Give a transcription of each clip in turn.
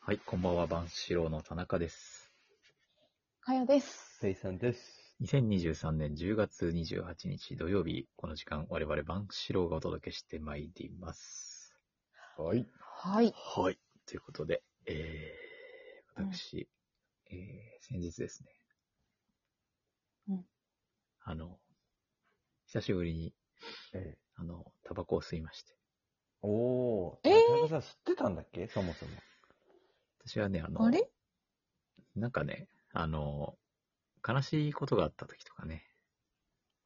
はい、こんばんは、万志郎の田中です。かよです。せいさんです。 2023年10月28日土曜日、この時間、我々万志郎がお届けしてまいります。はい。はい。はい。ということで、えー、うん私、えー、先日ですね。うんあの、久しぶりに、えあの、タバコを吸いまして。え、おー。えー田中さん知ってたんだっけそもそも。私はね、あの、あれなんかね、あの、悲しいことがあった時とかね、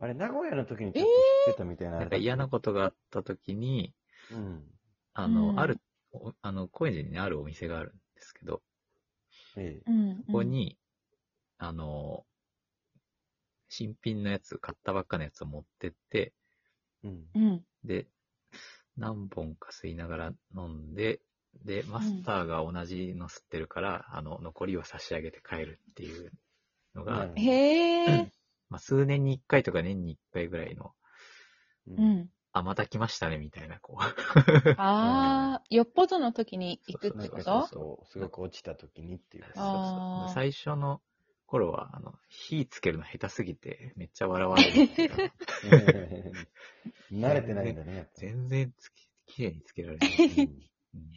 あれ、名古屋の時にちょっと知ってたみたいな。なんか嫌なことがあった時に、うん。あの、うんある、おあの、高円寺にねあるお店があるんですけど、ええ。うん。ここに、あの、新品のやつ、買ったばっかのやつを持ってって、うん。うん。で、何本か吸いながら飲んで、で、マスターが同じの吸ってるから、あの、残りを差し上げて帰るっていうのが、うんへえ。まあ、数年に1回とか年に1回ぐらいの、う。うん。あ、また来ましたね、みたいな、こ う。ああ、よっぽどの時に行くってなんこかとそうそう、すごく落ちた時にっていう。あー最初の頃は、あの、火つけるの下手すぎて、めっちゃ笑われるっていうか。 慣れてないんだね。やっぱ全然つき、綺麗につけられ ない。うん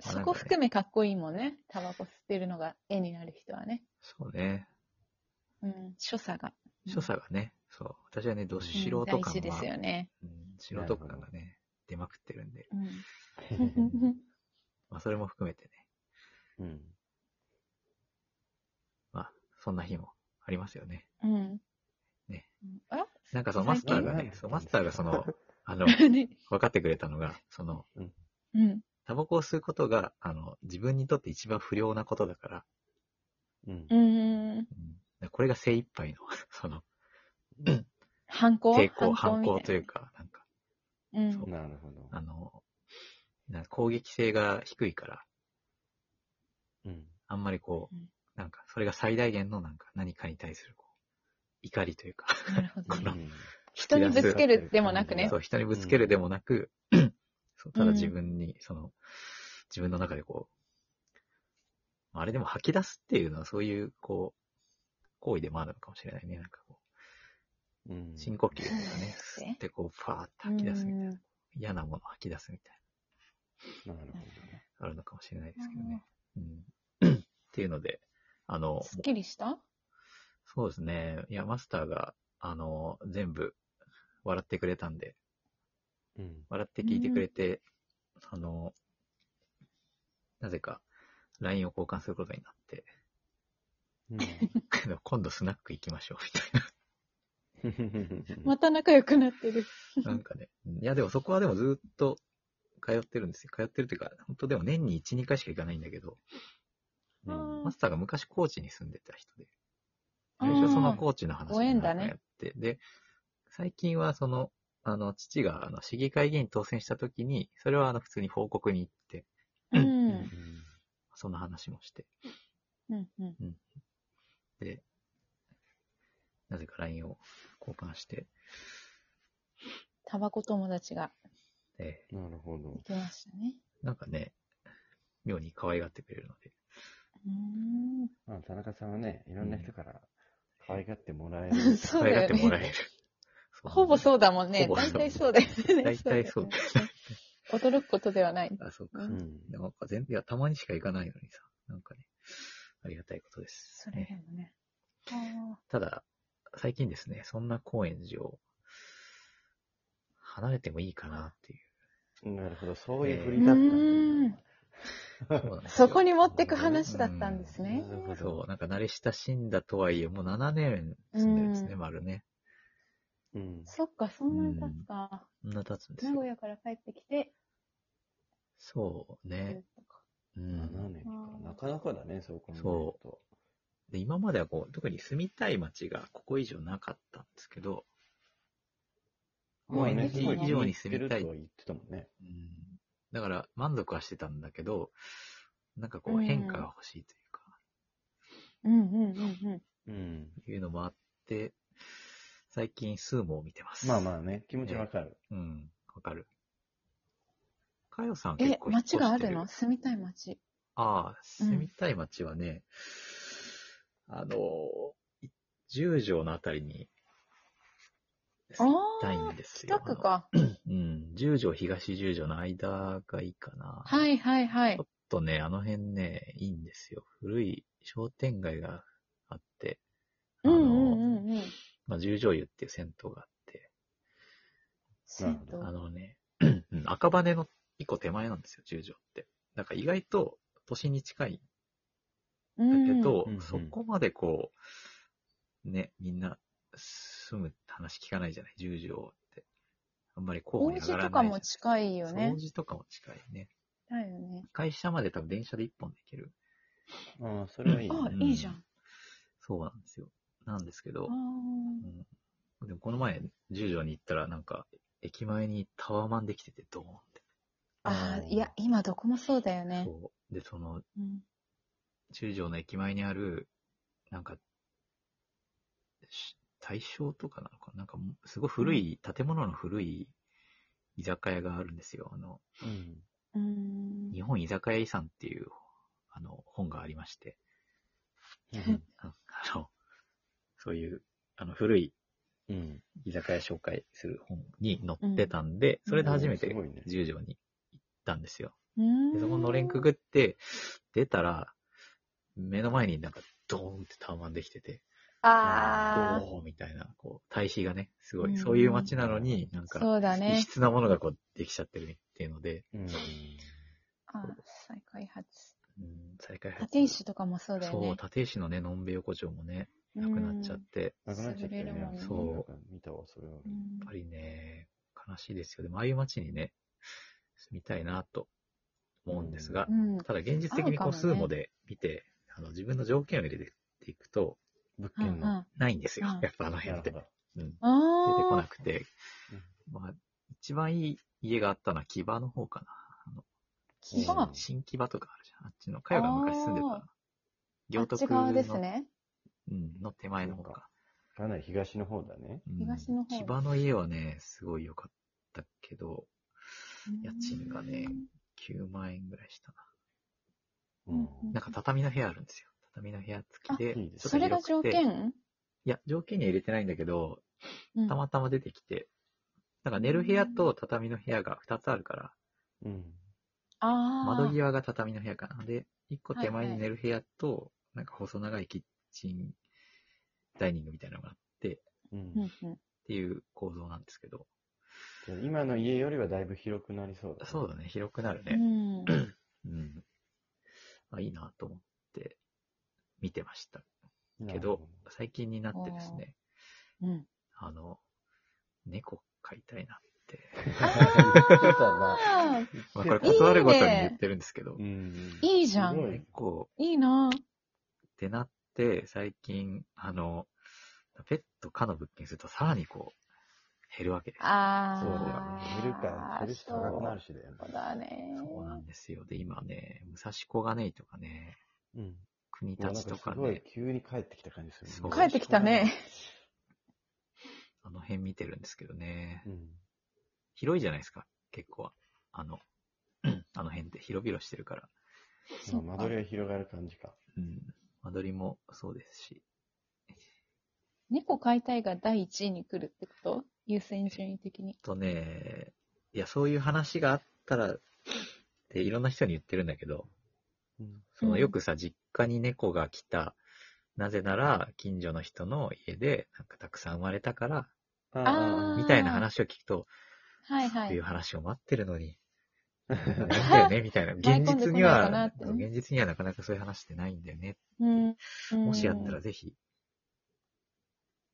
そこ含めかっこいいもんね。タバコ吸ってるのが絵になる人はね。そうね。うん。所作が。所作がね、そう。私はね、ど素うん人感が大、事ですよね。うん素人感がね、出まくってるんで、うん。うんまあ、それも含めてね、うん。まあ、そんな日もありますよね。うん。ねうん。あ なんかそのマスターが最ね、近そうマスターがその、あの、何分かってくれたのが、その、うん。タバコを吸うことが、あの、自分にとって一番不良なことだから、うんう。ーん。うんこれが精一杯の、 その、反抗抵抗、反みた抗というか。か、なんか、うん。そうなるほど。あの、なんか攻撃性が低いから、うん。あんまりこううん、なんか、それが最大限のなんか、何かに対する、こう、怒りというか、なるほどこねの。 人にぶつけるでもなくねそう、。人にぶつけるでもなく、そうただ自分に、その、自分の中でこう、あれでも吐き出すっていうのは、そういう、こう、行為でもあるのかもしれないね。なんかこうんう、深呼吸とかね、うん吸ってこう、ファーって吐き出すみたいな。うん嫌なものを吐き出すみたいなるほどね。な、あるのかもしれないですけどね。うん、っていうので、あの、すっきりしたそうですね。いや、マスターが、あの、全部、笑ってくれたんで、うん。笑って聞いてくれて、あの、なぜか、LINE を交換することになって、 あの今度スナック行きましょう、みたい また仲良くなってる。な。なんかね。いや、でもそこはでもずっと通ってるんですよ。通ってるというか、本当でも年に1、2回しか行かないんだけど、うんマスターが昔高知に住んでた人で、あ最ー初そのコーチの話ご縁なだねんかやって、で、最近はその、あの、父があの市議会議員当選した時に、それはあの普通に報告に行って、うん。その話もして、うんうん。で、なぜか LINE を交換して、タバコ友達がで、なるほど行。きましたね。なんかね、妙に可愛がってくれるので、うーまあ、田中さんはね、いろんな人から可愛がってもらえん。 る。そ可う愛がだってよもらえね。る。そうほぼそうだもんね。ほぼそ大う体そうだよね。大体そうだよね。驚くことではない。あ、そうか。ううん。なんか全いや、たまにしか行かないのにさ、なんかね、ありがたいことですそ。れでもね。あただ、最近ですね、そんな高円寺を離れてもいいかなっていう。 なるほど、そういう振ーりうだっーたんだん。 うなんですよそこに持ってく話だったんですね。なるほそど。う、なんか慣れ親しんだとはいえ、もう7年住んでるんですね、うん丸ね。うん。そっか、そんなに経つか。そんな経つんです名よ古。屋から帰ってきて、そうね。う7ん。年か。なかなかだね、そう考えると。で、今まではこう、特に住みたい街がここ以上なかったんですけど、まあ高円ねすごい寺以上に住みたい。行ってるとはう言ってたもんね。ん。だから満足はしてたんだけど、なんかこううん変化が欲しいというか、うんうんうんうん。うん。いうのもあって、最近スーモを見てます。まあまあね、気持ちわかる。うん、わかる。かよさん結え、構引っ越して街る。があるの住みたい街。ああ、うん住みたい街はね、あの、い十条のあたりにあ住みたいあん、ですよ。北区か。あの。うん、十条、東十条の間がいいかな。い。はいはいはいちょ。っとね、あの辺ね、いいんですよ。古い商店街があって、あうの、んうんうんうん。まあ、十条湯っていう銭湯があって、銭湯。あのね、うん赤羽の一個手前なんですよ、十条って。なんか意外と都心に近いうんだけど、うんうんそこまでこう、ね、みんな住むって話聞かないじゃない、十条って。あんまり候補王に上子がらとなかいも近いよね掃。除とかも近いね。だよね。会社まで多分電車で一本で行ける。ああ、それはいいね。あう、んいいじゃん。そうなんですよ。なんですけどあ、ーうん、でもこの前、十条に行ったらなんか、駅前にタワマンできてて、ドーンって。あー、いや、今どこもそうだよね。そう。で、その、うん中条の駅前にある、なんか、し大正とかなのかななんかもう、すごい古い、建物の古い居酒屋があるんですよ。あの、ううん。ーん。日本居酒屋遺産っていう、あの、本がありまして、うんああの、そういう、あの、古いうん。居酒屋紹介する本に載ってたんで、それで初めうんてすごいね十条に行ったんですよ。うーで、んそこのれんくぐって、出たら、目の前になんか、ドーンってタワマンできてて、ああ、おーみたいな、こう、対比がね、すごうい、んそういう街なのに、なんか、そうだ異ね。質なものがこう、できちゃってるっていうので、うん。あー再開発。うん、再開発。立石とかもそうだよそねう、。立石のね、のんべ横丁もね、うなんくなっちゃって、なくなっちゃったよ潰れるもんねね。そうなんか見たわ、それは。うんやっぱりね、悲しいですよ。でも、ああいう街にね、住みたいなと思うんですがう、んただ現実的にこ合う、うかもね数もで見て、あの、自分の条件を入れていくと、物うんう件ん。の。あないんですようん。やっぱあのな辺るっほて。うど。ん。出てこなあくて、まあ、一番いい家があったのは木場の方かな。ー、木う場ん。新木場とかあるじゃん。あっちの、かよが昔住んでたあーな。あ行っ徳ちの側ですね。うん、の手前の方か。かなり東の方だね。うん東の方木場の家はね、すごい良かったけど、家賃がねうん9万円ぐらいしたな。ううんん。なんか畳の部屋あるんですよ。畳の部屋付きで、あいいですそれが条い件や、条件には入れてないんだけど、うんたまたま出てきて、なんか寝る部屋と畳の部屋が2つあるから、うん。あー窓際が畳の部屋かな。で、一個手前はいはにい寝る部屋と、なんか細長いキッチン、ダイニングみたいなのがあって、っうんうんうんていう構造なんですけど。じゃあ今の家よりはだいぶ広くなりそうだね。そうだね、広くなるうね。んうん。あ、いいなと思って見てましたなけるどほ、最近になってですね、 うんあの、猫飼いたいなっ て。あーまあこれいいね断るごとに言ってるんですけど、うん。いいじゃんすごい結構いいなぁってなって、最近、あの、ペット可の物件にするとさらにこう、減るわけです。あそうだよーね。減るか、減るし高くなるしだよね。そうだね。そうなんですよ。で、今ね、武蔵小金井とかね、うん。国なんか立すとかごいね、急に帰ってきた感じするそう帰ってきたね。あの辺見てるんですけどねう。ん。広いじゃないですか、結構は。あの、 うんあの辺って広々してるから。そうかまあ間取りが広がる感じか。うん。間取りもそうですし。猫飼いたいが第一位に来るってこと優先順位的に。とね、いや、そういう話があったら、っていろんな人に言ってるんだけど、うん。そのうんよくさ、実家に猫が来た、なぜなら近所の人の家でなんかたくさん生まれたから、あーみたいな話を聞くと、はいはそういうい。話を待ってるの に、なんだよね、みたいな。舞い込ん現で実こないにはかなって、ね現実にはなかなかそういう話ってないんだよね。うんうんもしあったらぜひ、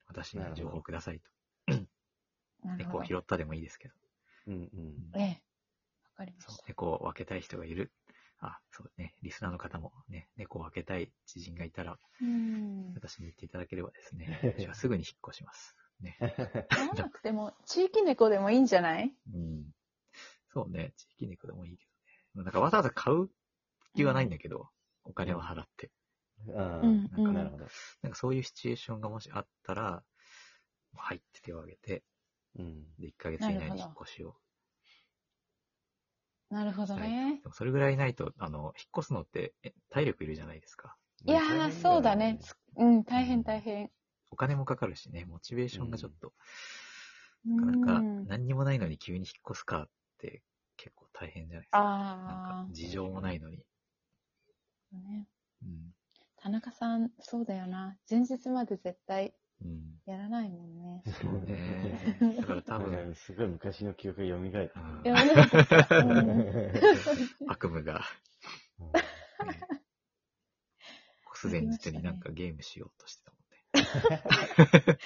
私に情報をくださいと。なる猫ほをど拾ったでもいいですけど。うんうえん。え。わかりまそうした。猫を分けたい人がいる。あ、そうね。リスナーの方もね、猫を分けたい知人がいたら、 うん。私に言っていただければです ね、私はすぐに引っ越します。ね。飼わなくても、地域猫でもいいんじゃないうん。そうね。地域猫でもいいけどね。なんかわざわざ買う気はないんだけど、お金を払って。あうんあ、なんかなるほど。なんかそういうシチュエーションがもしあったら、入って手を挙げて、うん。で、1ヶ月以内に引っ越しをなるほどね。でもそれぐらいないと、あの、引っ越すのってえ体力いるじゃないですか。いやー、そうだね。つうん、大変大変。お金もかかるしね、モチベーションがちょっと、うなかなかん何にもないのに急に引っ越すかって結構大変じゃないですか。なあんか事情もないのに。あ、ね。うん。田中さん、そうだよな。前日まで絶対うん。やらないもんね。そうね。だから多多分 分、、すごい昔の記憶が蘇ってくうんでもなんかさ、う る。ん、悪夢 が、越す前日になんかゲームしようとしてたもんね。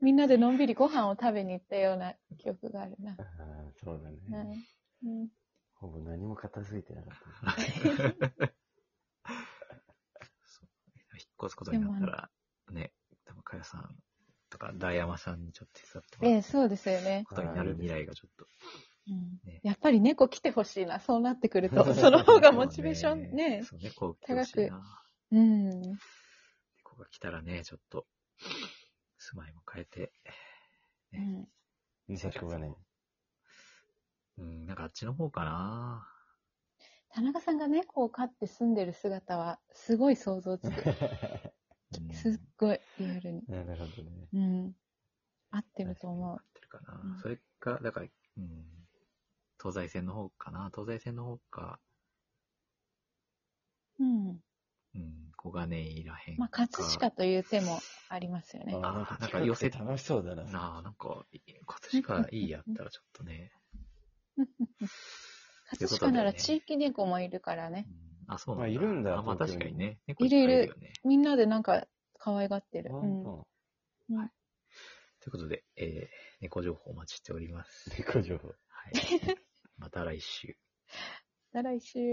みんなでのんびりご飯を食べに行ったような記憶があるな。あーそうだはね。いうん、ほぼ何も片付いてなかった。そう引っ越すことになったら、ね、多分、かやさんとか、大山さんにちょっと手伝ってもえらえ、うそうですよね。ことになる未来がちょっと、うんねやっぱり猫来てほしいな。そうなってくる と。その方がモチベーションね。そうね、こう来てほしいな。うん。ここが来たらね、ちょっと、住まいも変えて、うん美咲子がね、うん、なんかあっちの方かな。田中さんが猫を飼って住んでる姿は、すごい想像つく。うんすっごい、リアルに。 なるほどね。うん。合ってると思合うっ。てるかな。うんそれか、だから、うん、東西線の方かな。東西線の方か、うん。うん、小金井らへんか。まあ、葛飾という手もありますよね。あーなんか寄寄せせ楽しそうだな。なあ、なんか、葛飾いいやったらちょっとね。葛飾なら地域猫もいるからうねん。あ、そうなんだ。まあいるんだあまあ東確京にかにね。猫いるいるっぱよね。みんなでなんか可愛がってる。あうん。そということで、えー、猫情報お待ちしております う。猫情報。はい。また来週。また来週。